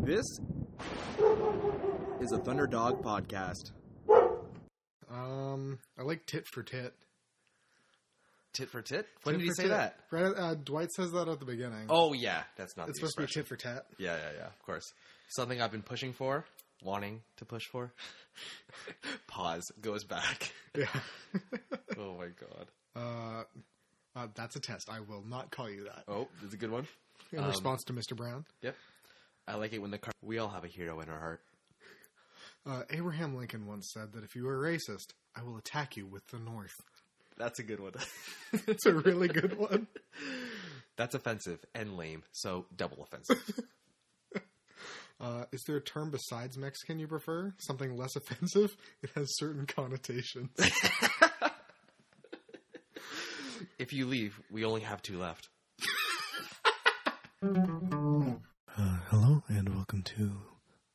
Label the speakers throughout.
Speaker 1: This is a Thunder Dog podcast.
Speaker 2: Um, I like tit for tit.
Speaker 3: Tit for tit? When
Speaker 2: Tit
Speaker 3: did he
Speaker 2: for
Speaker 3: say
Speaker 2: tit.
Speaker 3: that?
Speaker 2: Right. Uh, Dwight says that at the beginning.
Speaker 3: Oh yeah, that's not
Speaker 2: it's
Speaker 3: the
Speaker 2: supposed to be
Speaker 3: expression.
Speaker 2: tit for tat.
Speaker 3: yeah, yeah, yeah. Of course. Something I've been pushing for, wanting to push for. Pause. Goes back.
Speaker 2: Yeah.
Speaker 3: oh my god.
Speaker 2: Uh, uh, that's a test. I will not call you that.
Speaker 3: Oh, that's a good one.
Speaker 2: In
Speaker 3: um,
Speaker 2: response to Mr. Brown,
Speaker 3: Yep. I like it when the car. We all have a hero in our heart.
Speaker 2: uh, Abraham Lincoln once said that if you are racist, I will attack you with the North.
Speaker 3: That's a good one.
Speaker 2: It's a really good one.
Speaker 3: that's offensive and lame, so double offensive.
Speaker 2: Uh, is there a term besides Mexican you prefer? Something less offensive? It has certain connotations.
Speaker 3: if you leave, we only have two left.
Speaker 4: Uh, hello and welcome to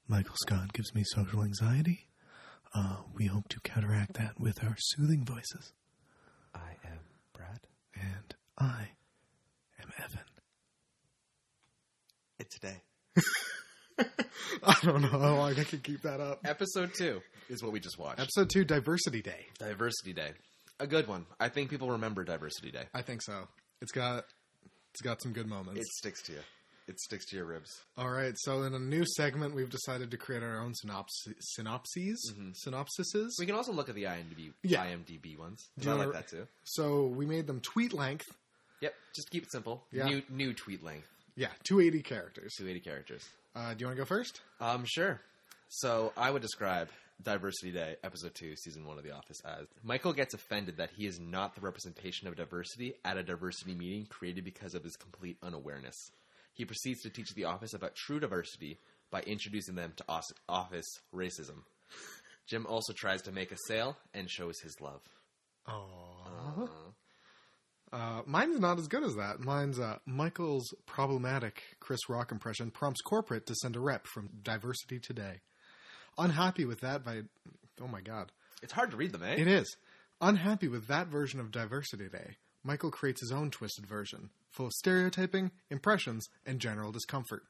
Speaker 4: Michael Scott Gives Me Social Anxiety. Uh, we hope to counteract that with our soothing voices.
Speaker 3: I am Brad.
Speaker 4: And I am Evan.
Speaker 3: It's today.
Speaker 2: I don't know how long I could keep that up.
Speaker 3: Episode two is what we just watched.
Speaker 2: Episode two, Diversity Day.
Speaker 3: Diversity Day. A good one. I think people remember Diversity Day.
Speaker 2: I think so. It's got it's got some good moments.
Speaker 3: It sticks to you. It sticks to your ribs.
Speaker 2: All right, so in a new segment, we've decided to create our own synopsis, synopses,
Speaker 3: Mhm.
Speaker 2: synopsises.
Speaker 3: We can also look at the IMDb,
Speaker 2: Yeah.
Speaker 3: IMDb ones.
Speaker 2: Do you
Speaker 3: I
Speaker 2: wanna-
Speaker 3: like that too.
Speaker 2: so we made them tweet length.
Speaker 3: Yep. Just keep it simple.
Speaker 2: Yeah.
Speaker 3: New new tweet length,
Speaker 2: Yeah, two eighty characters.
Speaker 3: 280 characters.
Speaker 2: Uh, do you want to go first?
Speaker 3: Um, sure. So I would describe Diversity Day, episode two, season one of The Office as Michael gets offended that he is not the representation of diversity at a diversity meeting created because of his complete unawareness. He proceeds to teach the office about true diversity by introducing them to os- office racism. Jim also tries to make a sale and shows his love.
Speaker 2: Oh, uh, mine's not as good as that. Mine's uh, Michael's problematic Chris Rock impression prompts corporate to send a rep from Diversity Today. Unhappy with that by, oh my god,
Speaker 3: It's hard to read them, eh?
Speaker 2: It is. Unhappy with that version of Diversity Day, Michael creates his own twisted version, full of stereotyping, impressions, and general discomfort.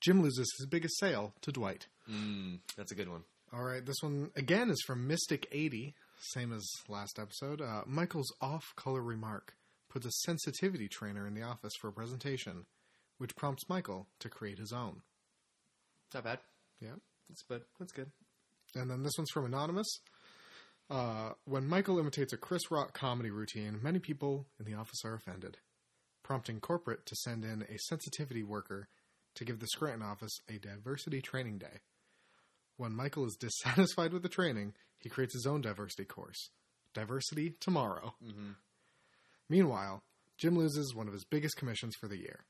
Speaker 2: Jim loses his biggest sale to Dwight.
Speaker 3: Mm, that's a good one.
Speaker 2: All right, this one again is from Mystic80, same as last episode. Uh, Michael's off color remark puts a sensitivity trainer in the office for a presentation, which prompts Michael to create his own.
Speaker 3: Not bad.
Speaker 2: Yeah.
Speaker 3: That's good. That's good.
Speaker 2: And then this one's from Anonymous. Uh, when Michael imitates a Chris Rock comedy routine, many people in the office are offended, prompting corporate to send in a sensitivity worker to give the Scranton office a diversity training day. When Michael is dissatisfied with the training, he creates his own diversity course Diversity Tomorrow.
Speaker 3: Mhm.
Speaker 2: Meanwhile, Jim loses one of his biggest commissions for the year.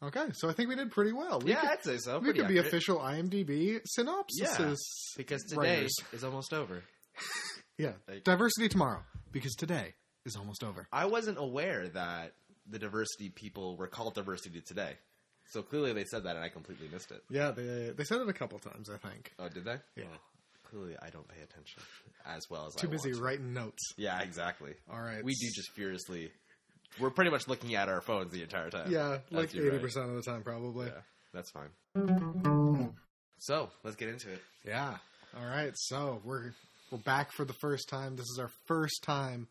Speaker 2: Okay, so I think we did pretty well. We
Speaker 3: yeah,
Speaker 2: could-
Speaker 3: I'd say so.
Speaker 2: we
Speaker 3: Pretty
Speaker 2: could be
Speaker 3: accurate.
Speaker 2: official IMDb synopsis.
Speaker 3: because today
Speaker 2: writers.
Speaker 3: is almost over.
Speaker 2: Yeah.
Speaker 3: Like-
Speaker 2: Diversity tomorrow because today is almost over.
Speaker 3: I wasn't aware that the diversity people were called diversity today. So clearly they said that and I completely missed it.
Speaker 2: Yeah, they they said it a couple times, I think.
Speaker 3: Oh, did they?
Speaker 2: Yeah.
Speaker 3: Oh, clearly I don't pay attention as well as
Speaker 2: Too
Speaker 3: I
Speaker 2: busy
Speaker 3: want to.
Speaker 2: writing notes.
Speaker 3: Yeah, exactly.
Speaker 2: All right.
Speaker 3: We do just furiously. We're pretty much looking at our phones the entire time.
Speaker 2: Yeah,
Speaker 3: That's
Speaker 2: like
Speaker 3: you,
Speaker 2: eighty
Speaker 3: right.
Speaker 2: percent of the time probably.
Speaker 3: Yeah, that's fine. So let's get into it.
Speaker 2: Yeah. All right. So, we're we're back for the first time. This is our first time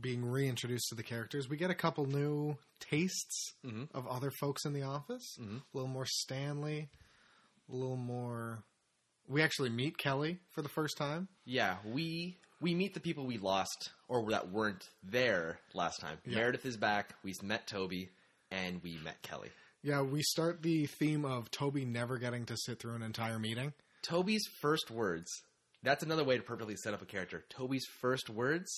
Speaker 2: being reintroduced to the characters. We get a couple new tastes
Speaker 3: Mhm.
Speaker 2: of other folks in the office.
Speaker 3: Mhm.
Speaker 2: A little more Stanley, a little more we actually meet Kelly for the first time.
Speaker 3: Yeah, we we meet the people we lost or that weren't there last time.
Speaker 2: Yeah.
Speaker 3: Meredith is back. We met Toby, and we met Kelly.
Speaker 2: Yeah, we start the theme of Toby never getting to sit through an entire meeting.
Speaker 3: Toby's first words. That's another way to perfectly set up a character. Toby's first words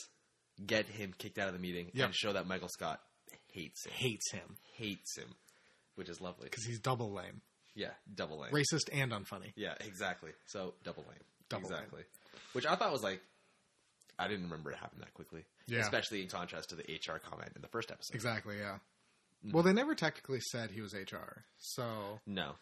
Speaker 3: get him kicked out of the meeting
Speaker 2: Yep.
Speaker 3: and show that Michael Scott hates him.
Speaker 2: Hates him
Speaker 3: Hates him, which is lovely.
Speaker 2: because he's double lame,
Speaker 3: Yeah, double lame.
Speaker 2: racist and unfunny.
Speaker 3: Yeah, exactly. So double lame.
Speaker 2: Double lame.
Speaker 3: exactly. Which I thought was like, I didn't remember it happened that quickly.
Speaker 2: Yeah.
Speaker 3: Especially in contrast to the HR comment in the first episode.
Speaker 2: Exactly. Yeah. Well, they never technically said he was HR, so
Speaker 3: No.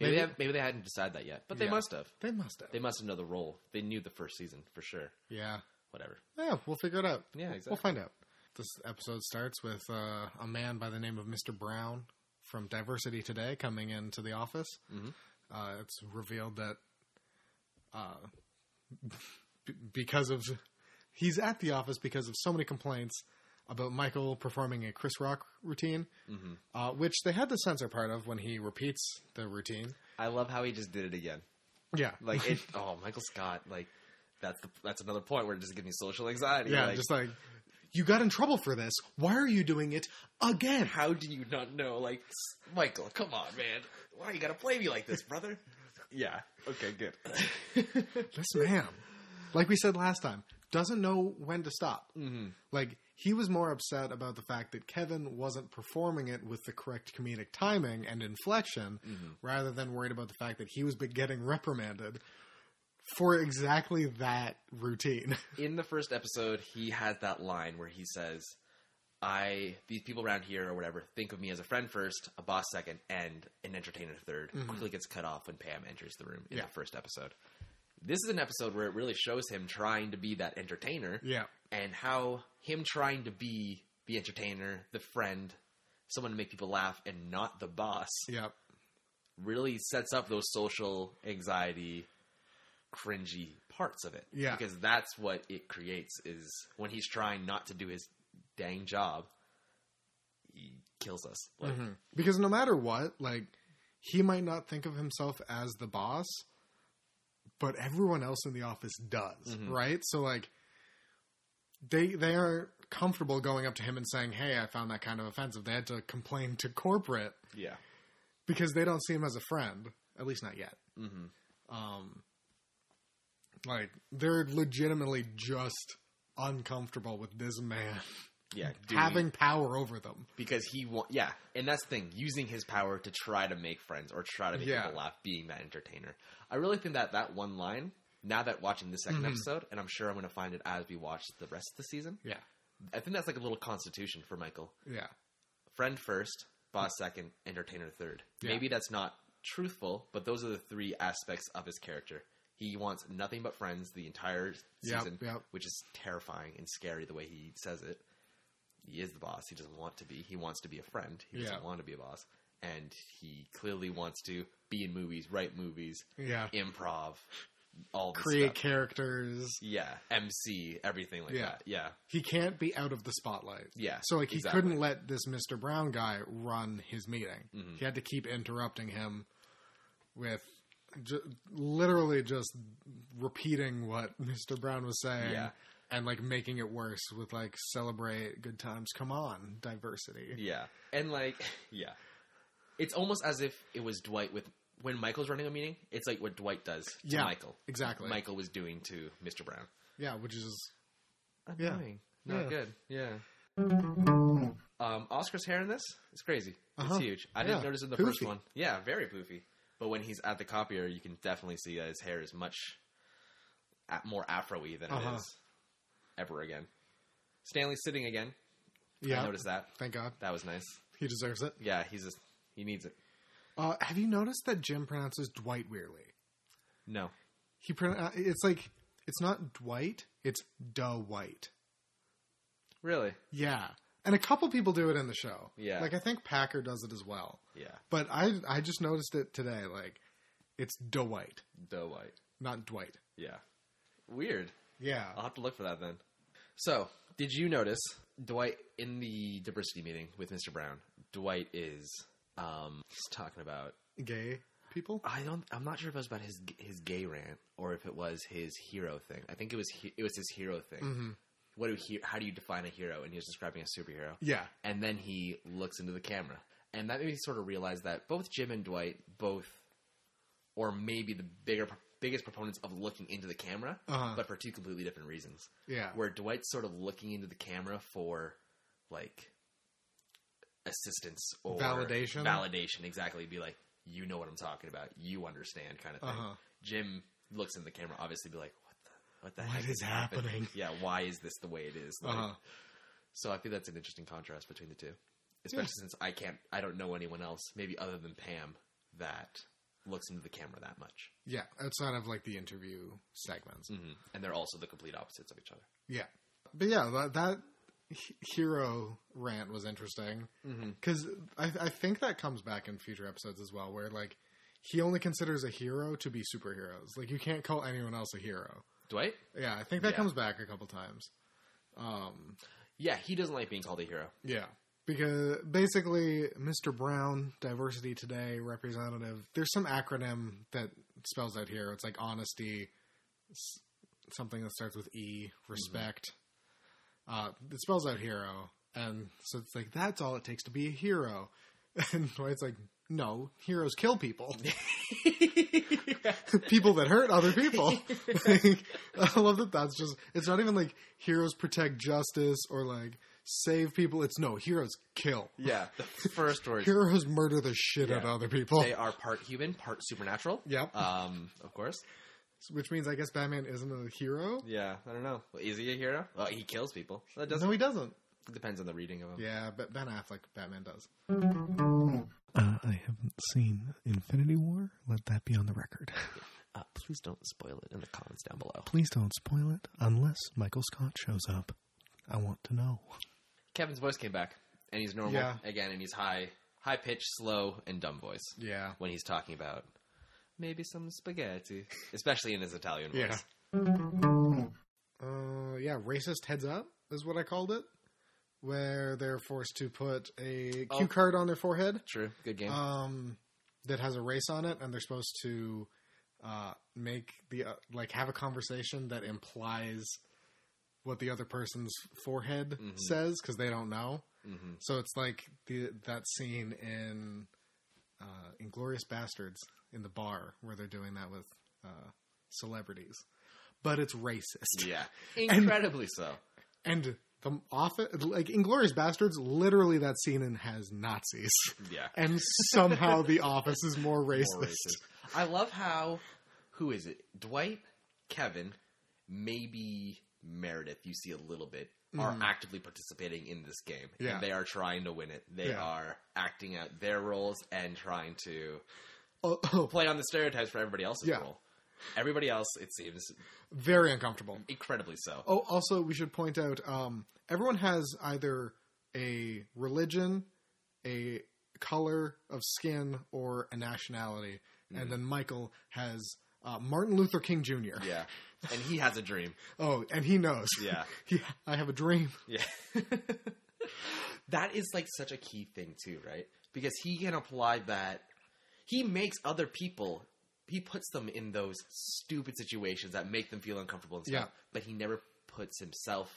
Speaker 3: Maybe,
Speaker 2: Maybe-
Speaker 3: they, have, maybe they hadn't decided that yet, but they
Speaker 2: Yeah.
Speaker 3: must have.
Speaker 2: they must have.
Speaker 3: They must have known the role. They knew the first season for sure.
Speaker 2: yeah.
Speaker 3: Whatever.
Speaker 2: Yeah, we'll figure it out.
Speaker 3: Yeah,
Speaker 2: We'll-
Speaker 3: exactly.
Speaker 2: We'll find out. This episode starts with uh, a man by the name of Mr. Brown from Diversity Today coming into the office.
Speaker 3: Mhm.
Speaker 2: Uh, it's revealed that uh, b- because of he's at the office because of so many complaints about Michael performing a Chris Rock routine,
Speaker 3: hmm
Speaker 2: uh, which they had the censor part of when he repeats the routine.
Speaker 3: I love how he just did it again.
Speaker 2: Yeah,
Speaker 3: Like it. oh, Michael Scott. Like that's the that's another point where it just gives me social anxiety.
Speaker 2: yeah,
Speaker 3: like,
Speaker 2: just like you got in trouble for this. Why are you doing it again?
Speaker 3: how do you not know? Like s- Michael, come on, man. Why you gotta play me like this, brother? yeah. Okay. Good.
Speaker 2: This man, like we said last time, doesn't know when to stop.
Speaker 3: hmm
Speaker 2: Like he was more upset about the fact that Kevin wasn't performing it with the correct comedic timing and inflection, rather than worried about the fact that he was be- getting reprimanded for exactly that routine.
Speaker 3: in the first episode, he has that line where he says, "I these people around here or whatever think of me as a friend first, a boss second, and an entertainer 3rd Quickly gets cut off when Pam enters the room in
Speaker 2: Yeah.
Speaker 3: the first episode. This is an episode where it really shows him trying to be that entertainer
Speaker 2: yeah,
Speaker 3: and how him trying to be the entertainer, the friend, someone to make people laugh, and not the boss
Speaker 2: yeah,
Speaker 3: really sets up those social anxiety cringy parts of it
Speaker 2: Yeah.
Speaker 3: because that's what it creates is when he's trying not to do his dang job he kills us like
Speaker 2: Mhm. because no matter what, like he might not think of himself as the boss, but everyone else in the office does,
Speaker 3: Mhm.
Speaker 2: right? So like they they are comfortable going up to him and saying, "Hey, I found that kind of offensive." They had to complain to corporate
Speaker 3: yeah
Speaker 2: because they don't see him as a friend, at least not yet.
Speaker 3: hmm
Speaker 2: Um, like they're legitimately just uncomfortable with this man
Speaker 3: yeah doing-
Speaker 2: having power over them.
Speaker 3: because he want yeah and that's the thing using his power to try to make friends or try to make
Speaker 2: Yeah.
Speaker 3: people laugh being that entertainer i really think that that one line now that watching the 2nd
Speaker 2: Mhm.
Speaker 3: episode and i'm sure i'm going to find it as we watch the rest of the season
Speaker 2: Yeah,
Speaker 3: i think that's like a little constitution for michael
Speaker 2: yeah,
Speaker 3: friend first, boss second, entertainer third.
Speaker 2: Yeah.
Speaker 3: Maybe that's not truthful, but those are the three aspects of his character. He wants nothing but friends the entire
Speaker 2: Yep,
Speaker 3: season,
Speaker 2: yep.
Speaker 3: which is terrifying and scary the way he says it. He is the boss. He doesn't want to be. He wants to be a friend. He
Speaker 2: Yeah.
Speaker 3: doesn't want to be a boss. And he clearly wants to be in movies, write movies,
Speaker 2: yeah.
Speaker 3: improv, all this
Speaker 2: Create
Speaker 3: stuff.
Speaker 2: characters.
Speaker 3: Yeah, MC, everything like
Speaker 2: Yeah.
Speaker 3: that. Yeah,
Speaker 2: He can't be out of the spotlight.
Speaker 3: yeah.
Speaker 2: So like he
Speaker 3: exactly.
Speaker 2: couldn't let this Mr. Brown guy run his meeting.
Speaker 3: Mhm.
Speaker 2: He had to keep interrupting him with ju- literally just repeating what Mr. Brown was saying
Speaker 3: Yeah.
Speaker 2: and like making it worse with like celebrate good times, come on, diversity.
Speaker 3: Yeah. And like yeah. It's almost as if it was Dwight with when Michael's running a meeting, it's like what Dwight does to
Speaker 2: Yeah,
Speaker 3: Michael.
Speaker 2: exactly.
Speaker 3: Michael was doing to Mr. Brown.
Speaker 2: Yeah, which is Yeah.
Speaker 3: Annoying. Not
Speaker 2: Yeah.
Speaker 3: good. Yeah. Um, Oscar's hair in this is crazy. It's
Speaker 2: Uh-huh.
Speaker 3: huge. I
Speaker 2: Yeah.
Speaker 3: didn't notice in the first
Speaker 2: Poofy.
Speaker 3: one. Yeah, very poofy. But when he's at the copier, you can definitely see that his hair is much a- more afro-y than it
Speaker 2: Uh-huh.
Speaker 3: is ever again. Stanley's sitting again. I
Speaker 2: yeah.
Speaker 3: noticed that.
Speaker 2: Thank God.
Speaker 3: That was nice.
Speaker 2: He deserves it.
Speaker 3: Yeah, he's just he needs it.
Speaker 2: Uh, have you noticed that Jim pronounces Dwight weirdly?
Speaker 3: No.
Speaker 2: He pronoun it's like it's not Dwight, it's Dwight.
Speaker 3: Really?
Speaker 2: Yeah. And a couple people do it in the show.
Speaker 3: Yeah.
Speaker 2: Like I think Packer does it as well.
Speaker 3: Yeah.
Speaker 2: But I I just noticed it today. Like it's Dwight,
Speaker 3: Doe white.
Speaker 2: not Dwight.
Speaker 3: Yeah. Weird.
Speaker 2: Yeah.
Speaker 3: I'll have to look for that then. So, did you notice Dwight in the diversity meeting with Mr. Brown? Dwight is um he's talking about
Speaker 2: Gay people?
Speaker 3: I don't I'm not sure if it was about his his gay rant or if it was his hero thing. I think it was he, it was his hero thing.
Speaker 2: hmm
Speaker 3: What do he, how do you define a hero? And he was describing a superhero.
Speaker 2: Yeah.
Speaker 3: and then he looks into the camera. And that made me sort of realize that both Jim and Dwight, both, or maybe the bigger biggest proponents of looking into the camera,
Speaker 2: Uh-huh.
Speaker 3: but for two completely different reasons.
Speaker 2: Yeah.
Speaker 3: Where Dwight's sort of looking into the camera for like assistance or
Speaker 2: Validation?
Speaker 3: validation exactly. Be like, you know what I'm talking about, you understand, kind of thing.
Speaker 2: Uh-huh.
Speaker 3: Jim looks in the camera, obviously, be like, what the what the
Speaker 2: What
Speaker 3: heck
Speaker 2: is
Speaker 3: happen-
Speaker 2: happening?
Speaker 3: Yeah, why is this the way it is? Like,
Speaker 2: Uh-huh.
Speaker 3: so I think that's an interesting contrast between the two,
Speaker 2: Yeah.
Speaker 3: especially since I can't, I don't know anyone else, maybe other than Pam, that looks into the camera that much,
Speaker 2: Yeah. Outside of like the interview segments.
Speaker 3: mm-hmm. and they're also the complete opposites of each other.
Speaker 2: Yeah. But yeah, that, that he- hero rant was interesting
Speaker 3: Mm-hmm.
Speaker 2: because I, I think that comes back in future episodes as well, where like he only considers a hero to be superheroes. Like you can't call anyone else a hero.
Speaker 3: Dwight?
Speaker 2: Yeah, I think that
Speaker 3: Yeah.
Speaker 2: comes back a couple times. Um,
Speaker 3: Yeah, he doesn't like being called a hero.
Speaker 2: yeah, because basically, Mr. Brown, Diversity Today representative. There's some acronym that spells out here. It's like honesty, s- something that starts with E, respect. Uh, it spells out hero, and so it's like that's all it takes to be a hero. And Dwight's like, no, heroes kill people. people that hurt other people. Like, I love that that's just, it's not even like heroes protect justice or like save people. It's no, heroes kill.
Speaker 3: Yeah, the first word.
Speaker 2: Heroes murder the shit out of
Speaker 3: Yeah.
Speaker 2: other people.
Speaker 3: They are part human, part supernatural.
Speaker 2: Yep.
Speaker 3: Um, of course.
Speaker 2: Which means I guess Batman isn't a hero?
Speaker 3: Yeah, I don't know. Well, is he a hero? Well, he kills people. That doesn't.
Speaker 2: No, he doesn't.
Speaker 3: Depends on the reading of him.
Speaker 2: Yeah, but Ben Affleck, Batman does.
Speaker 4: Uh, I haven't seen Infinity War. Let that be on the record.
Speaker 3: Uh, please don't spoil it in the comments down below.
Speaker 4: Please don't spoil it unless Michael Scott shows up. I want to know.
Speaker 3: Kevin's voice came back, and he's normal
Speaker 2: Yeah.
Speaker 3: again, and he's high, high pitched, slow, and dumb voice
Speaker 2: Yeah.
Speaker 3: when he's talking about maybe some spaghetti, especially in his Italian voice.
Speaker 2: Yeah. Uh, yeah, racist heads up is what I called it, where they're forced to put a cue
Speaker 3: Oh.
Speaker 2: card on their forehead.
Speaker 3: True. Good game.
Speaker 2: um, that has a race on it, and they're supposed to uh, make the uh, like have a conversation that implies what the other person's forehead says 'cause
Speaker 3: Mhm.
Speaker 2: says because they don't know.
Speaker 3: hmm
Speaker 2: So it's like the that scene in uh, Inglorious Bastards in the bar where they're doing that with uh, celebrities, but it's racist
Speaker 3: Yeah. Incredibly so.
Speaker 2: and. The office, like Inglorious Bastards, literally that scene in has Nazis
Speaker 3: Yeah.
Speaker 2: and somehow the office is more racist.
Speaker 3: More racist. I love how who is it? Dwight, Kevin, maybe Meredith. You see a little bit are
Speaker 2: Mhm.
Speaker 3: actively participating in this game,
Speaker 2: Yeah.
Speaker 3: and they are trying to win it. They
Speaker 2: Yeah.
Speaker 3: are acting out their roles and trying to
Speaker 2: Oh, oh,
Speaker 3: play on the stereotypes for everybody else's
Speaker 2: Yeah.
Speaker 3: role. Everybody else, it seems,
Speaker 2: very uncomfortable.
Speaker 3: incredibly so.
Speaker 2: Oh, also we should point out um, everyone has either a religion, a color of skin, or a nationality, and then Michael has uh, Martin Luther King Jr.
Speaker 3: Mm. Yeah, and he has a dream.
Speaker 2: Oh, and he knows.
Speaker 3: Yeah.
Speaker 2: He- I have a dream.
Speaker 3: Yeah. that is like such a key thing too, right? Because he can apply that he makes other people he puts them in those stupid situations that make them feel uncomfortable and stuff,
Speaker 2: Yeah.
Speaker 3: but he never puts himself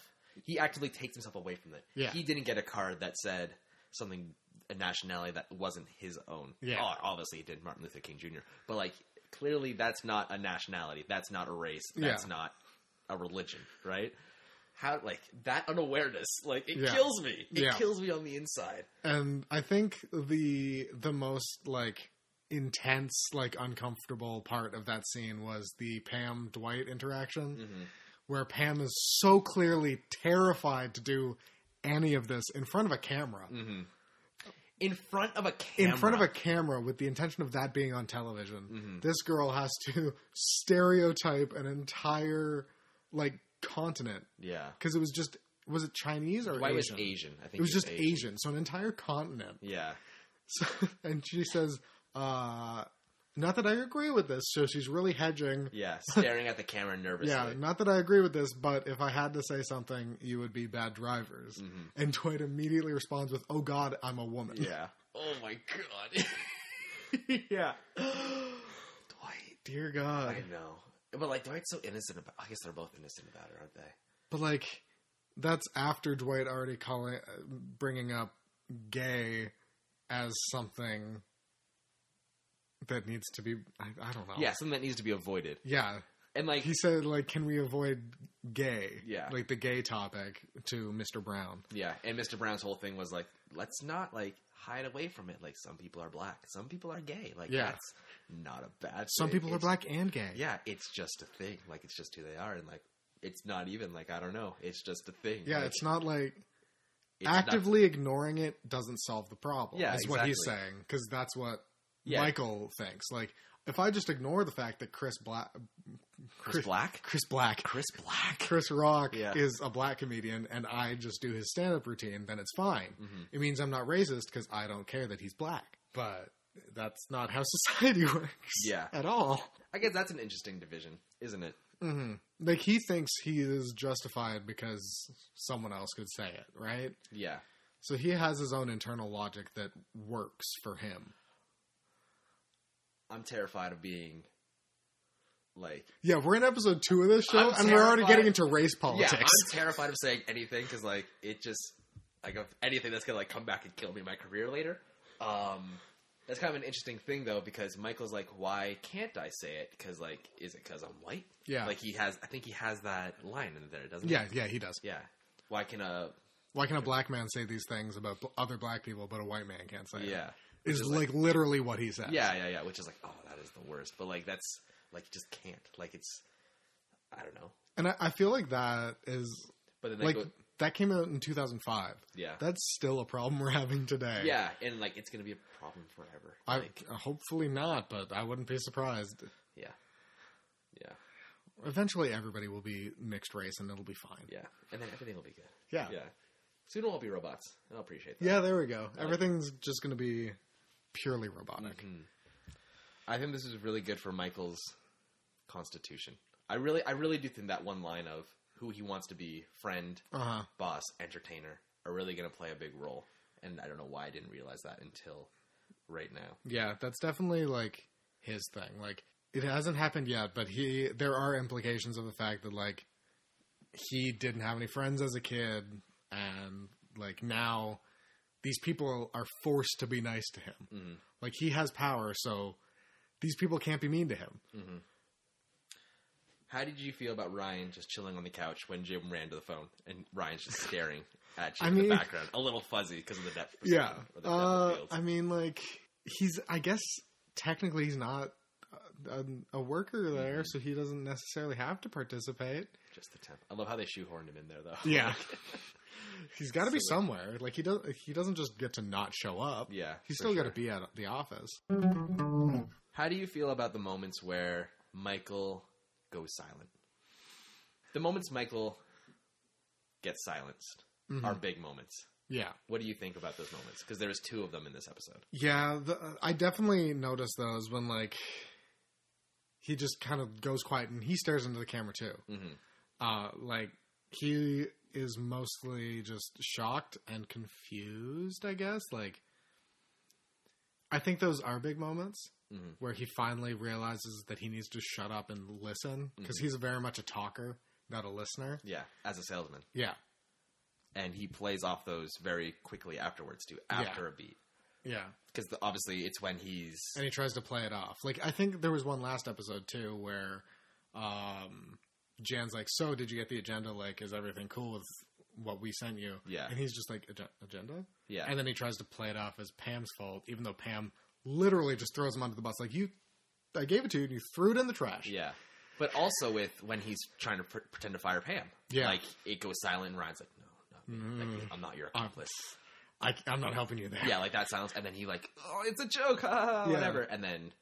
Speaker 3: he actively takes himself away from it.
Speaker 2: Yeah.
Speaker 3: He didn't get a card that said something a nationality that wasn't his own.
Speaker 2: Yeah.
Speaker 3: Oh, obviously he did Martin Luther King Jr. But like clearly that's not a nationality. That's not a race. That's
Speaker 2: Yeah.
Speaker 3: not a religion, right? how like that unawareness like it
Speaker 2: Yeah.
Speaker 3: kills me it
Speaker 2: Yeah.
Speaker 3: kills me on the inside
Speaker 2: and I think the the most like intense like uncomfortable part of that scene was the Pam Dwight interaction
Speaker 3: Mm-hmm.
Speaker 2: where Pam is so clearly terrified to do any of this in front of a camera
Speaker 3: Mm-hmm. in front of a Mm. camera
Speaker 2: in front of a camera with the intention of that being on television
Speaker 3: Mhm.
Speaker 2: this girl has to stereotype an entire like continent
Speaker 3: yeah
Speaker 2: because it was just was it Chinese or
Speaker 3: why was
Speaker 2: Asian?
Speaker 3: asian i think
Speaker 2: it was
Speaker 3: he
Speaker 2: just Asian. so an entire continent
Speaker 3: yeah
Speaker 2: So, and she says, uh, not that I agree with this. So she's really hedging.
Speaker 3: yeah staring at the camera nervously
Speaker 2: Yeah, not that I agree with this, but if I had to say something, you would be bad drivers.
Speaker 3: Mhm.
Speaker 2: And Dwight immediately responds with, "Oh God, I'm a woman."
Speaker 3: yeah oh my god yeah dwight
Speaker 2: Dear
Speaker 3: i
Speaker 2: God.
Speaker 3: know but like dwight's so innocent about i guess they're both innocent about it aren't they
Speaker 2: But like, that's after Dwight already calling, uh, bringing up gay as something that needs to be. I, I don't know.
Speaker 3: yeah something that needs to be avoided
Speaker 2: Yeah.
Speaker 3: and like
Speaker 2: He said, like, can we avoid gay?
Speaker 3: Yeah.
Speaker 2: Like the gay topic to Mr. Brown.
Speaker 3: Yeah, and Mr. Brown's whole thing was like, let's not like hide away from it. Like some people are black, some people are gay. Like
Speaker 2: Yeah.
Speaker 3: that's not a bad.
Speaker 2: Some
Speaker 3: thing.
Speaker 2: people are
Speaker 3: It's-
Speaker 2: black and gay.
Speaker 3: Yeah, it's just a thing. Like it's just who they are, and like it's not even like I don't know. It's just a thing.
Speaker 2: Yeah,
Speaker 3: Like,
Speaker 2: it's not like
Speaker 3: it's not-
Speaker 2: actively ignoring it doesn't solve the problem.
Speaker 3: Yeah,
Speaker 2: is what he's
Speaker 3: exactly.
Speaker 2: saying because that's what
Speaker 3: Yeah.
Speaker 2: Michael thinks. Like, if I just ignore the fact that Chris Black,
Speaker 3: Chris, Black?
Speaker 2: Chris Black,
Speaker 3: Chris Black.
Speaker 2: Chris Rock
Speaker 3: Yeah.
Speaker 2: is a black comedian, and I just do his stand-up routine, then it's fine.
Speaker 3: Mhm.
Speaker 2: It means I'm not racist because I don't care that he's black. But that's not how society works.
Speaker 3: Yeah.
Speaker 2: at all.
Speaker 3: I guess that's an interesting division, isn't it?
Speaker 2: hmm Like he thinks he is justified because someone else could say it, right?
Speaker 3: Yeah.
Speaker 2: So he has his own internal logic that works for him.
Speaker 3: I'm terrified of being like
Speaker 2: Yeah, we're in episode two of this show,
Speaker 3: I'm
Speaker 2: and we're already
Speaker 3: terrified.
Speaker 2: getting into race politics.
Speaker 3: yeah, I'm terrified of saying anything because like it just like of anything that's gonna like come back and kill me in my career later. Um, that's kind of an interesting thing though because Michael's like, why can't I say it? Because like, is it because I'm white?
Speaker 2: Yeah.
Speaker 3: like he has. I think he has that line in there, doesn't
Speaker 2: yeah,
Speaker 3: he?
Speaker 2: yeah, he does.
Speaker 3: Yeah, Why can a
Speaker 2: Why can a black man say these things about bl- other black people, but a white man can't say it?
Speaker 3: yeah
Speaker 2: Is
Speaker 3: is
Speaker 2: like, literally what he says.
Speaker 3: yeah yeah yeah? Which is like, oh, that is the worst. But like that's like you just can't. Like it's I don't know.
Speaker 2: And I, I feel like that is
Speaker 3: But then they
Speaker 2: like
Speaker 3: go,
Speaker 2: that came out in 2005.
Speaker 3: yeah
Speaker 2: That's still a problem we're having today.
Speaker 3: yeah, and like it's gonna be a problem forever.
Speaker 2: I
Speaker 3: like,
Speaker 2: hopefully not, but I wouldn't be surprised.
Speaker 3: yeah yeah.
Speaker 2: Eventually, everybody will be mixed race, and it'll be fine.
Speaker 3: Yeah, and then everything will be good.
Speaker 2: Yeah,
Speaker 3: Yeah, soon we'll all be robots, and I'll appreciate that.
Speaker 2: Yeah, there we go. Everything's just going to be purely robotic.
Speaker 3: Mhm. I think this is really good for Michael's constitution. I really, I really do think that one line of who he wants to be—friend,
Speaker 2: Uh huh.
Speaker 3: boss, entertainer—are really going to play a big role. And I don't know why I didn't realize that until right now.
Speaker 2: Yeah, that's definitely like his thing. Like it hasn't happened yet, but he there are implications of the fact that like he didn't have any friends as a kid and like now these people are forced to be nice to him.
Speaker 3: Mhm.
Speaker 2: Like he has power, so these people can't be mean to him.
Speaker 3: How did you feel about Ryan just chilling on the couch when Jim ran to the phone and Ryan's just staring at you
Speaker 2: I
Speaker 3: in the
Speaker 2: mean-
Speaker 3: background, a little fuzzy because of the depth? perception
Speaker 2: Yeah.
Speaker 3: or the depth of
Speaker 2: Uh,
Speaker 3: field?
Speaker 2: I mean, like, he's, I guess, technically he's not a, a worker there, so he doesn't necessarily have to participate.
Speaker 3: just the temp. I love how they shoehorned him in there though.
Speaker 2: Yeah.
Speaker 3: Like-
Speaker 2: He's got to be
Speaker 3: So,
Speaker 2: somewhere. Like, he, does, he doesn't just get to not show up.
Speaker 3: Yeah,
Speaker 2: He's
Speaker 3: for
Speaker 2: still got
Speaker 3: sure.
Speaker 2: to be at the office.
Speaker 3: How do you feel about the moments where Michael goes silent? The moments Michael gets silenced
Speaker 2: Mhm.
Speaker 3: are big moments.
Speaker 2: Yeah.
Speaker 3: What do you think about those moments? Because there was two of them in this episode.
Speaker 2: Yeah. The, I definitely noticed those when, like, he just kind of goes quiet and he stares into the camera, too.
Speaker 3: Mm-hmm.
Speaker 2: uh like he is mostly just shocked and confused i guess like i think those are big moments
Speaker 3: Mhm.
Speaker 2: where he finally realizes that he needs to shut up and listen because
Speaker 3: Mhm.
Speaker 2: he's very much a talker not a listener
Speaker 3: Yeah, as a salesman,
Speaker 2: yeah
Speaker 3: and he plays off those very quickly afterwards too, after a beat.
Speaker 2: yeah
Speaker 3: Because obviously, it's when he's
Speaker 2: and he tries to play it off like i think there was one last episode too where um jan's like so did you get the agenda like is everything cool with what we sent you
Speaker 3: Yeah.
Speaker 2: and he's just like "Agen- agenda
Speaker 3: yeah,
Speaker 2: And then he tries to play it off as Pam's fault, even though Pam literally just throws him under the bus. Like, you, I gave it to you and you threw it in the trash.
Speaker 3: yeah. But also with when he's trying to pr- pretend to fire Pam,
Speaker 2: Yeah.
Speaker 3: like it goes silent, and Ryan's like, "No, no,
Speaker 2: Mm.
Speaker 3: like, I'm not your
Speaker 2: Um,
Speaker 3: accomplice."
Speaker 2: I, I'm not helping you there.
Speaker 3: yeah, like that silence, and then he like, oh, it's a joke, ha, ha, ha,
Speaker 2: Yeah.
Speaker 3: whatever. And then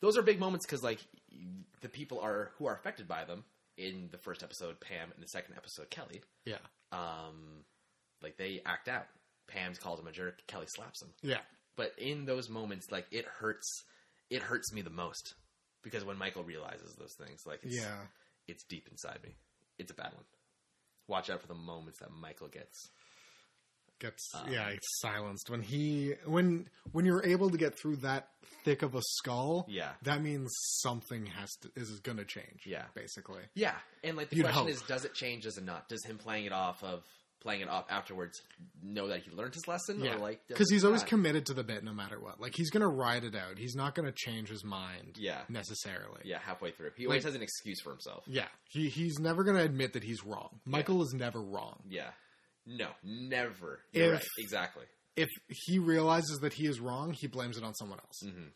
Speaker 3: those are big moments because like y- the people are who are affected by them in the first episode, Pam, in the second episode, Kelly.
Speaker 2: Yeah.
Speaker 3: Um, like they act out. Pam calls him a jerk. Kelly slaps him.
Speaker 2: Yeah.
Speaker 3: But in those moments, like it hurts. It hurts me the most because when Michael realizes those things, like it's,
Speaker 2: Yeah.
Speaker 3: it's deep inside me. It's a bad one. Watch out for the moments that Michael gets.
Speaker 2: Gets,
Speaker 3: Um,
Speaker 2: yeah, it's silenced. When he, when, when you're able to get through that thick of a skull,
Speaker 3: Yeah.
Speaker 2: that means something has to, is going to change.
Speaker 3: Yeah.
Speaker 2: Basically.
Speaker 3: Yeah, and like the
Speaker 2: You'd
Speaker 3: question
Speaker 2: hope.
Speaker 3: is, does it change? Does it not? Does him playing it off of playing it off afterwards know that he learned his lesson?
Speaker 2: Yeah.
Speaker 3: or like does
Speaker 2: Because
Speaker 3: it
Speaker 2: he's always
Speaker 3: not?
Speaker 2: committed to the bit no matter what. Like, he's going to ride it out. He's not going to change his mind
Speaker 3: yeah,
Speaker 2: necessarily.
Speaker 3: yeah, halfway through, he always
Speaker 2: Like-
Speaker 3: has an excuse for himself.
Speaker 2: Yeah. He, he's never going to admit that he's wrong. Michael is never wrong.
Speaker 3: Yeah, no, never. You're
Speaker 2: If-
Speaker 3: right. Exactly.
Speaker 2: if he realizes that he is wrong, he blames it on someone else.
Speaker 3: hmm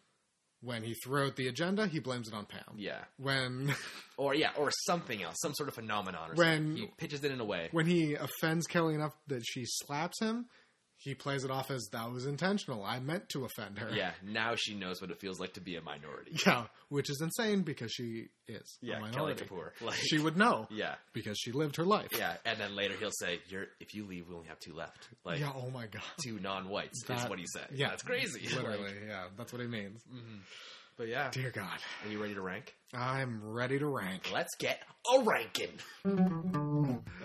Speaker 2: When he threw out the agenda, he blames it on Pam.
Speaker 3: Yeah,
Speaker 2: When
Speaker 3: or yeah, or something else, some sort of phenomenon. Or
Speaker 2: When-
Speaker 3: something. he pitches it in a way,
Speaker 2: when he offends Kelly enough that she slaps him, he plays it off as that was intentional. I meant to offend her.
Speaker 3: Yeah, now she knows what it feels like to be a minority.
Speaker 2: Yeah, which is insane because she is a
Speaker 3: Yeah, Kelly
Speaker 2: minority.
Speaker 3: Kapoor. Like,
Speaker 2: She would know
Speaker 3: yeah,
Speaker 2: because she lived her life.
Speaker 3: yeah. And then later he'll say, "You're if you leave, we only have two left." Like
Speaker 2: yeah, oh my god.
Speaker 3: two non-whites is
Speaker 2: That-
Speaker 3: what he said.
Speaker 2: yeah.
Speaker 3: that's crazy.
Speaker 2: Literally, yeah, that's what he means. Mm.
Speaker 3: hmm But yeah,
Speaker 2: Dear God,
Speaker 3: are you ready to rank?
Speaker 2: I'm ready to rank.
Speaker 3: Let's get a ranking.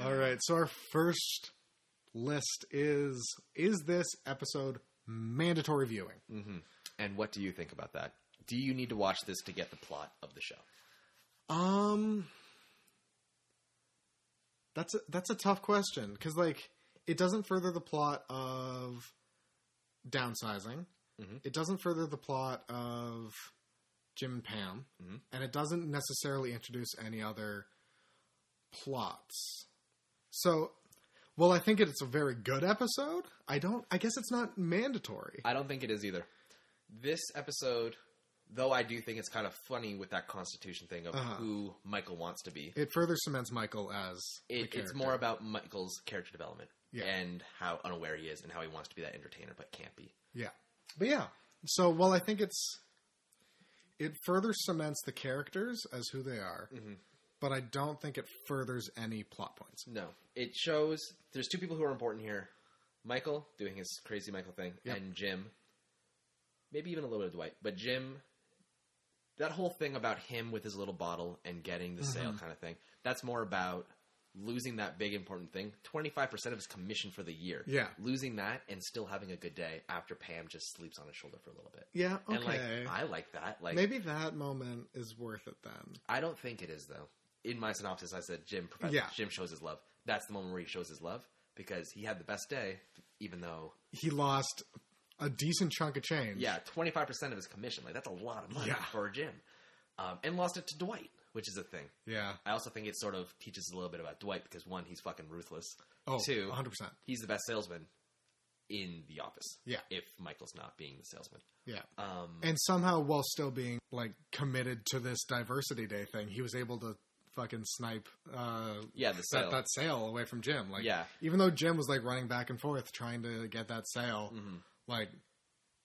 Speaker 2: All right, so our first list is Is this episode mandatory viewing?
Speaker 3: Mm-hmm. And what do you think about that? Do you need to watch this to get the plot of the show?
Speaker 2: Um, that's a, that's a tough question because like it doesn't further the plot of downsizing.
Speaker 3: Mhm.
Speaker 2: It doesn't further the plot of Jim and Pam,
Speaker 3: Mhm.
Speaker 2: and it doesn't necessarily introduce any other plots. So, well, I think it's a very good episode. I don't. I guess it's not mandatory.
Speaker 3: I don't think it is either. This episode, though, I do think it's kind of funny with that Constitution thing of
Speaker 2: Uh-huh.
Speaker 3: who Michael wants to be.
Speaker 2: it further cements Michael as the
Speaker 3: It, it's
Speaker 2: character.
Speaker 3: more about Michael's character development
Speaker 2: Yeah.
Speaker 3: and how unaware he is and how he wants to be that entertainer but can't be.
Speaker 2: Yeah. But yeah. So well I think it's it further cements the characters as who they are,
Speaker 3: Mhm.
Speaker 2: but I don't think it furthers any plot points.
Speaker 3: No, it shows there's two people who are important here: Michael doing his crazy Michael thing,
Speaker 2: Yep.
Speaker 3: and Jim. Maybe even a little bit of Dwight, but Jim. That whole thing about him with his little bottle and getting the
Speaker 2: Mm-hmm.
Speaker 3: sale kind of thing. That's more about losing that big important thing. Twenty five percent of his commission for the year.
Speaker 2: Yeah.
Speaker 3: losing that and still having a good day after Pam just sleeps on his shoulder for a little bit.
Speaker 2: Yeah, okay.
Speaker 3: And like I like that. Like
Speaker 2: Maybe that moment is worth it then.
Speaker 3: I don't think it is though. In my synopsis, I said Jim. Professor,
Speaker 2: Yeah.
Speaker 3: Jim shows his love. That's the moment where he shows his love because he had the best day, even though
Speaker 2: He lost a decent chunk of change.
Speaker 3: yeah, twenty five percent of his commission. Like that's a lot of money
Speaker 2: Yeah.
Speaker 3: for Jim, um, and lost it to Dwight, which is a thing.
Speaker 2: Yeah.
Speaker 3: I also think it sort of teaches a little bit about Dwight because one, he's fucking ruthless.
Speaker 2: Oh,
Speaker 3: Two.
Speaker 2: 100%.
Speaker 3: He's the best salesman in the office.
Speaker 2: Yeah.
Speaker 3: if Michael's not being the salesman.
Speaker 2: Yeah.
Speaker 3: Um,
Speaker 2: And somehow while still being like committed to this diversity day thing, he was able to fucking snipe uh
Speaker 3: yeah, the
Speaker 2: that,
Speaker 3: sale.
Speaker 2: that sale away from Jim. Like
Speaker 3: yeah,
Speaker 2: even though Jim was like running back and forth trying to get that sale,
Speaker 3: hmm
Speaker 2: like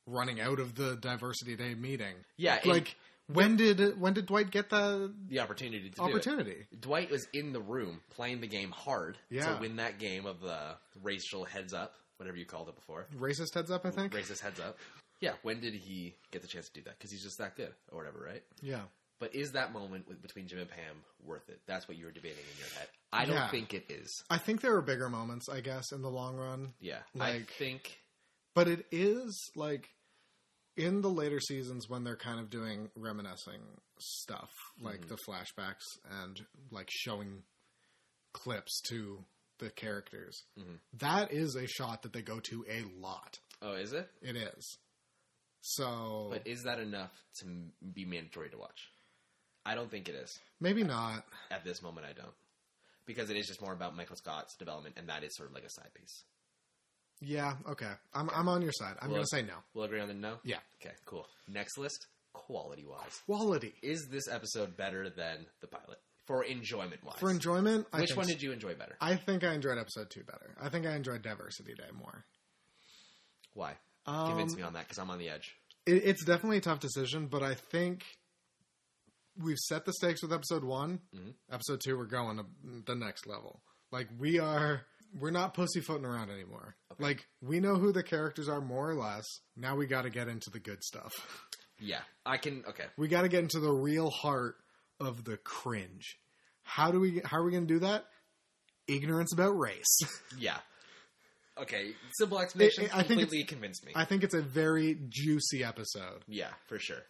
Speaker 2: running out of the diversity day meeting.
Speaker 3: yeah. and
Speaker 2: Like when did when did Dwight get the
Speaker 3: the opportunity to do it.
Speaker 2: opportunity?
Speaker 3: Dwight was in the room playing the game hard
Speaker 2: Yeah.
Speaker 3: to win that game of the racial heads up, whatever you called it before.
Speaker 2: Racist heads up, I think.
Speaker 3: Racist heads up. Yeah, when did he get the chance to do that? Because he's just that good or whatever, right?
Speaker 2: Yeah.
Speaker 3: But is that moment with, between Jim and Pam worth it? That's what you were debating in your head. I don't
Speaker 2: Yeah.
Speaker 3: think it is.
Speaker 2: I think there are bigger moments, I guess, in the long run.
Speaker 3: Yeah.
Speaker 2: Like-
Speaker 3: I think.
Speaker 2: But it is like in the later seasons when they're kind of doing reminiscing stuff, like
Speaker 3: Mhm.
Speaker 2: the flashbacks and like showing clips to the characters.
Speaker 3: Mhm.
Speaker 2: That is a shot that they go to a lot.
Speaker 3: Oh, is it?
Speaker 2: It is. So
Speaker 3: But is that enough to m- be mandatory to watch? I don't think it is.
Speaker 2: maybe not.
Speaker 3: At this moment, I don't. Because it is just more about Michael Scott's development, and that is sort of like a side piece.
Speaker 2: Yeah, okay. I'm I'm on your side. I'm
Speaker 3: Well,
Speaker 2: gonna say no.
Speaker 3: We'll agree on the no?
Speaker 2: Yeah.
Speaker 3: Okay, cool. Next list, quality wise.
Speaker 2: Quality.
Speaker 3: Is this episode better than the pilot? For enjoyment wise.
Speaker 2: For enjoyment, I
Speaker 3: Which
Speaker 2: think
Speaker 3: one
Speaker 2: s-
Speaker 3: did you enjoy better?
Speaker 2: I think I enjoyed episode two better. I think I enjoyed Diversity Day more.
Speaker 3: Why?
Speaker 2: Um,
Speaker 3: Convince me on that because I'm on the edge.
Speaker 2: it, it's definitely a tough decision, but I think we've set the stakes with episode one.
Speaker 3: Mhm.
Speaker 2: Episode two, we're going to the next level. Like we are, we're not pussyfooting around anymore. Like we know who the characters are more or less. Now we got to get into the good stuff.
Speaker 3: Yeah. I can. Okay.
Speaker 2: We got to get into the real heart of the cringe. How do we? How are we going to do that? Ignorance about race.
Speaker 3: Yeah. Okay. Simple explanation
Speaker 2: It- it- I think
Speaker 3: completely convinced me.
Speaker 2: I think it's a very juicy episode.
Speaker 3: yeah, for sure.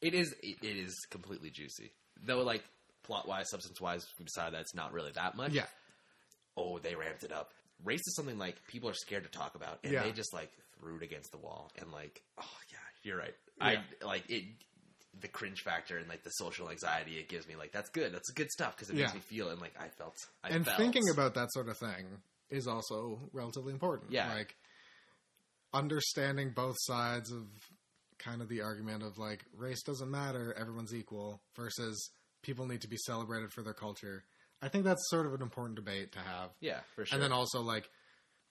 Speaker 3: It is. It, it is completely juicy. Though, like, plot wise, substance wise, we decided that it's not really that much.
Speaker 2: Yeah,
Speaker 3: oh, they ramped it up. Race is something like people are scared to talk about, and
Speaker 2: Yeah.
Speaker 3: they just like threw it against the wall, and like, oh yeah, you're right.
Speaker 2: Yeah.
Speaker 3: I like it. The cringe factor and like the social anxiety it gives me, like that's good. That's good stuff because it makes
Speaker 2: Yeah.
Speaker 3: me feel and like I felt. I
Speaker 2: and
Speaker 3: felt.
Speaker 2: thinking about that sort of thing is also relatively important.
Speaker 3: Yeah.
Speaker 2: like understanding both sides of kind of the argument of like race doesn't matter, everyone's equal versus people need to be celebrated for their culture. I think that's sort of an important debate to have.
Speaker 3: yeah, for sure.
Speaker 2: And then also like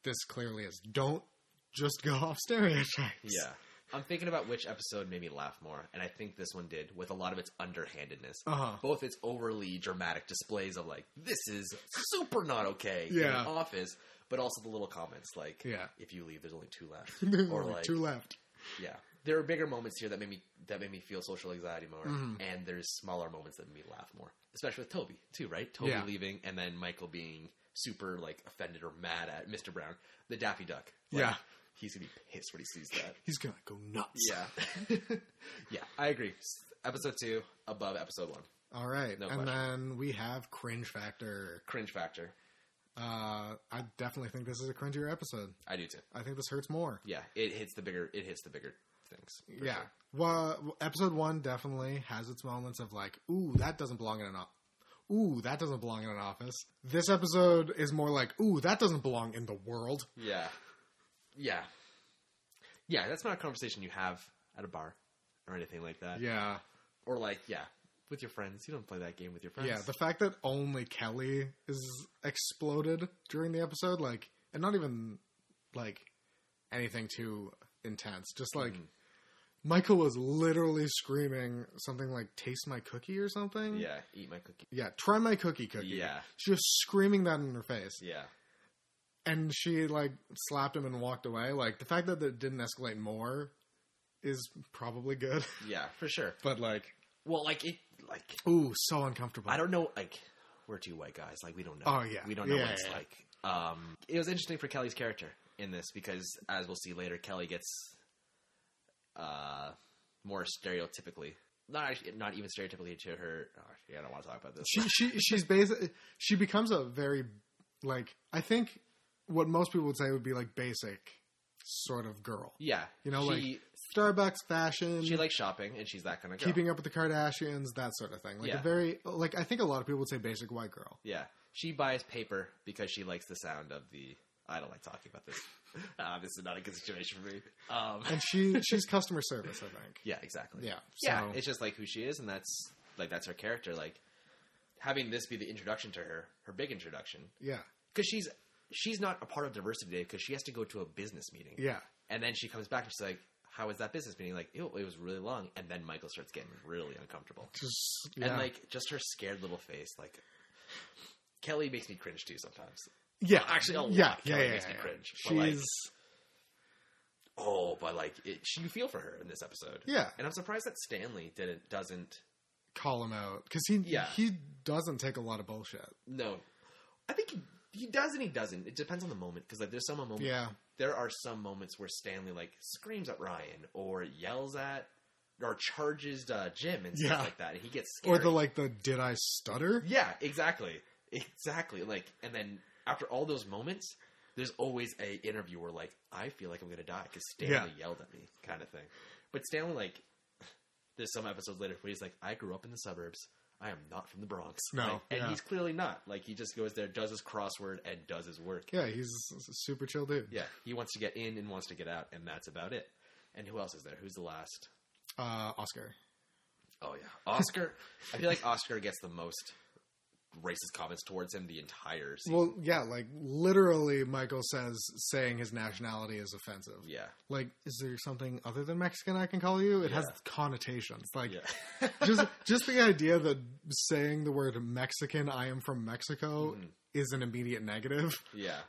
Speaker 2: this clearly is don't just go off stereotypes.
Speaker 3: Yeah. I'm thinking about which episode made me laugh more, and I think this one did with a lot of its underhandedness.
Speaker 2: Uh huh.
Speaker 3: Both its overly dramatic displays of like, this is super not okay in
Speaker 2: Yeah.
Speaker 3: an office, but also the little comments like,
Speaker 2: Yeah.
Speaker 3: if you leave, there's only two left.
Speaker 2: There's
Speaker 3: or
Speaker 2: only
Speaker 3: like,
Speaker 2: two left.
Speaker 3: yeah. There are bigger moments here that made me that made me feel social anxiety more,
Speaker 2: Mhm.
Speaker 3: and there's smaller moments that made me laugh more, especially with Toby too, right? Toby
Speaker 2: Yeah.
Speaker 3: leaving, and then Michael being super like offended or mad at Mr. Brown, the Daffy Duck. Like,
Speaker 2: Yeah.
Speaker 3: he's gonna be pissed when he sees that.
Speaker 2: He's gonna go nuts.
Speaker 3: Yeah. yeah, I agree. S- Episode two above episode one.
Speaker 2: All right,
Speaker 3: No
Speaker 2: and
Speaker 3: question.
Speaker 2: then we have cringe factor.
Speaker 3: Cringe factor.
Speaker 2: Uh, I definitely think this is a cringier episode.
Speaker 3: I do too.
Speaker 2: I think this hurts more.
Speaker 3: Yeah, it hits the bigger. It hits the bigger things. for
Speaker 2: yeah.
Speaker 3: sure.
Speaker 2: Well, episode one definitely has its moments of like, ooh, that doesn't belong in an office. Ooh, that doesn't belong in an office. This episode is more like, ooh, that doesn't belong in the world.
Speaker 3: Yeah. Yeah. Yeah. That's not a conversation you have at a bar or anything like that.
Speaker 2: Yeah.
Speaker 3: Or like, yeah, with your friends. You don't play that game with your friends.
Speaker 2: Yeah. The fact that only Kelly is exploded during the episode, like, and not even like anything too intense. Just like
Speaker 3: Mhm.
Speaker 2: Michael was literally screaming something like, taste my cookie or something.
Speaker 3: yeah. Eat my cookie.
Speaker 2: Yeah. Try my cookie cookie.
Speaker 3: Yeah.
Speaker 2: She was screaming that in her face.
Speaker 3: Yeah.
Speaker 2: and she like slapped him and walked away. Like the fact that it didn't escalate more is probably good,
Speaker 3: Yeah. For sure.
Speaker 2: but like,
Speaker 3: Well, like it. Like
Speaker 2: ooh, so uncomfortable.
Speaker 3: I don't know. Like we're two white guys. Like we don't know.
Speaker 2: Oh, yeah.
Speaker 3: we don't know
Speaker 2: Yeah,
Speaker 3: what it's
Speaker 2: yeah,
Speaker 3: like. Um, it was interesting for Kelly's character in this because, as we'll see later, Kelly gets uh more stereotypically not actually, not even stereotypically to her. Oh, actually, I don't want to talk about this.
Speaker 2: She she she's basic. She becomes a very like I think what most people would say would be like basic sort of girl.
Speaker 3: yeah,
Speaker 2: You know,
Speaker 3: she,
Speaker 2: Starbucks fashion.
Speaker 3: she likes shopping and she's that kind of girl.
Speaker 2: keeping up with the Kardashians, that sort of thing. Like
Speaker 3: Yeah.
Speaker 2: a very like I think a lot of people would say basic white girl.
Speaker 3: Yeah, she buys paper because she likes the sound of the. I don't like talking about this. Uh, this is not a good situation for me. Um,
Speaker 2: And she she's customer service, I think.
Speaker 3: yeah, exactly.
Speaker 2: Yeah.
Speaker 3: yeah,
Speaker 2: so-
Speaker 3: it's just like who she is, and that's like that's her character. Like having this be the introduction to her, her big introduction,
Speaker 2: yeah.
Speaker 3: because she's she's not a part of diversity day because she has to go to a business meeting,
Speaker 2: Yeah.
Speaker 3: and then she comes back and she's like, "How was that business meeting?" Like, "Ew, it was really long, and then Michael starts getting really uncomfortable,
Speaker 2: Just yeah.
Speaker 3: and like just her scared little face, like. Kelly makes me cringe too sometimes.
Speaker 2: Yeah,
Speaker 3: Actually, a lot.
Speaker 2: Yeah, yeah,
Speaker 3: Kelly
Speaker 2: yeah,
Speaker 3: makes me
Speaker 2: yeah.
Speaker 3: cringe, but, like-
Speaker 2: She's
Speaker 3: Oh, but like it, you feel for her in this episode,
Speaker 2: yeah,
Speaker 3: and I'm surprised that Stanley didn't doesn't
Speaker 2: call him out because he
Speaker 3: Yeah.
Speaker 2: he doesn't take a lot of bullshit.
Speaker 3: No, I think he, he does and he doesn't. It depends on the moment because like there's some moment.
Speaker 2: Yeah,
Speaker 3: There are some moments where Stanley like screams at Ryan or yells at or charges uh, Jim and stuff
Speaker 2: Yeah.
Speaker 3: like that, and he gets scared.
Speaker 2: or the like the did I stutter?
Speaker 3: yeah, exactly, exactly. Like, and then after all those moments, there's always a interviewer like I feel like I'm gonna die because Stanley
Speaker 2: Yeah.
Speaker 3: yelled at me, kind of thing. But Stanley like. There's some episodes later where he's like, "I grew up in the suburbs. I am not from the Bronx."
Speaker 2: No,
Speaker 3: Like, and
Speaker 2: yeah.
Speaker 3: he's clearly not. Like, he just goes there, does his crossword, and does his work.
Speaker 2: Yeah, he's a super chill dude.
Speaker 3: Yeah, he wants to get in and wants to get out, and that's about it. And who else is there? Who's the last?
Speaker 2: Uh, Oscar.
Speaker 3: Oh yeah, Oscar. I feel like Oscar gets the most racist comments towards him the entire season.
Speaker 2: Well, yeah, like literally, Michael says saying his nationality is offensive.
Speaker 3: yeah,
Speaker 2: Like, is there something other than Mexican I can call you? It has
Speaker 3: Yeah.
Speaker 2: connotations. Like,
Speaker 3: yeah,
Speaker 2: just just the idea that saying the word Mexican, I am from Mexico,
Speaker 3: Mhm.
Speaker 2: is an immediate negative.
Speaker 3: yeah.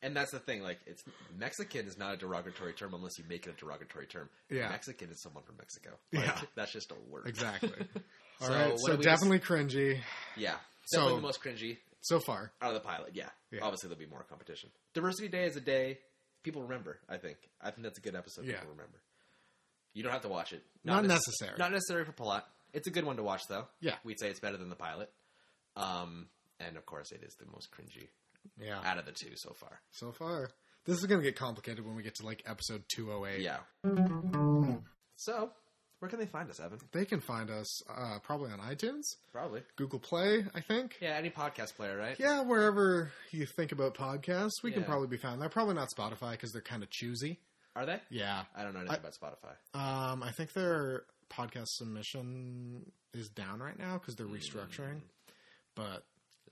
Speaker 3: And that's the thing. Like, it's Mexican is not a derogatory term unless you make it a derogatory term.
Speaker 2: Yeah.
Speaker 3: Mexican is someone from Mexico. Like,
Speaker 2: Yeah.
Speaker 3: that's just a word.
Speaker 2: Exactly. All
Speaker 3: So,
Speaker 2: right,
Speaker 3: what
Speaker 2: so
Speaker 3: do we
Speaker 2: definitely cringy
Speaker 3: Yeah,
Speaker 2: So-
Speaker 3: definitely the most cringy.
Speaker 2: so far.
Speaker 3: out of the pilot. Yeah.
Speaker 2: Yeah.
Speaker 3: Obviously, there'll be more competition. Diversity Day is a day people remember. I think. I think that's a good episode.
Speaker 2: Yeah.
Speaker 3: People remember. You don't have to watch it.
Speaker 2: Not,
Speaker 3: necess-
Speaker 2: necessary.
Speaker 3: Not necessary for plot. It's a good one to watch, though.
Speaker 2: Yeah.
Speaker 3: We'd say it's better than the pilot. Um, and of course, it is the most cringy
Speaker 2: yeah.
Speaker 3: out of the two so far.
Speaker 2: So far, this is gonna get complicated when we get to like episode two oh eight.
Speaker 3: Yeah. So, where can they find us, Evan?
Speaker 2: They can find us uh, probably on iTunes,
Speaker 3: Probably.
Speaker 2: Google Play, I think.
Speaker 3: Yeah, any podcast player, right?
Speaker 2: Yeah, wherever you think about podcasts, we can
Speaker 3: Yeah.
Speaker 2: probably be found. They're probably not Spotify because they're kind of choosy.
Speaker 3: Are they?
Speaker 2: Yeah.
Speaker 3: I don't know anything about Spotify.
Speaker 2: Um, I think their podcast submission is down right now because they're restructuring, but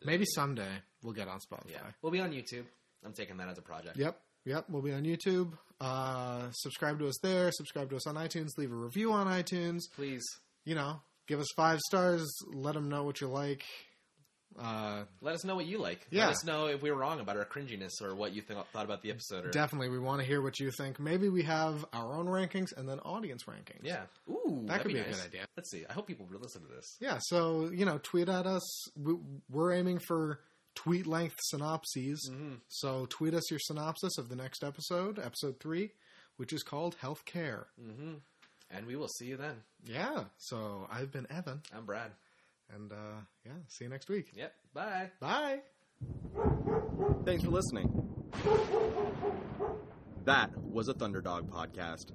Speaker 2: maybe someday we'll get on Spotify.
Speaker 3: Yeah. We'll be on YouTube. I'm taking that as a project.
Speaker 2: Yep. Yep. We'll be on YouTube. Uh, subscribe to us there. Subscribe to us on iTunes. Leave a review on iTunes.
Speaker 3: Please
Speaker 2: You know, give us five stars. Let them know what you like. Uh,
Speaker 3: let us know what you like.
Speaker 2: Yeah.
Speaker 3: Let us know if we were wrong about our cringiness or what you th- thought about the episode. Or,
Speaker 2: definitely, we want to hear what you think. Maybe we have our own rankings and then audience rankings.
Speaker 3: yeah. Ooh,
Speaker 2: That
Speaker 3: that'd
Speaker 2: could be, a
Speaker 3: nice.
Speaker 2: good idea.
Speaker 3: Let's see. I hope people will listen to this.
Speaker 2: Yeah, so, you know, tweet at us. We- We're aiming for tweet length synopses.
Speaker 3: Mhm.
Speaker 2: So tweet us your synopsis of the next episode, episode three, which is called Healthcare.
Speaker 3: Mm-hmm. And we will see you then.
Speaker 2: Yeah. So I've been Evan,
Speaker 3: I'm Brad.
Speaker 2: and uh, yeah, see you next week.
Speaker 3: Yep. Bye.
Speaker 2: Bye.
Speaker 1: Thanks for listening. That was a Thunderdog podcast.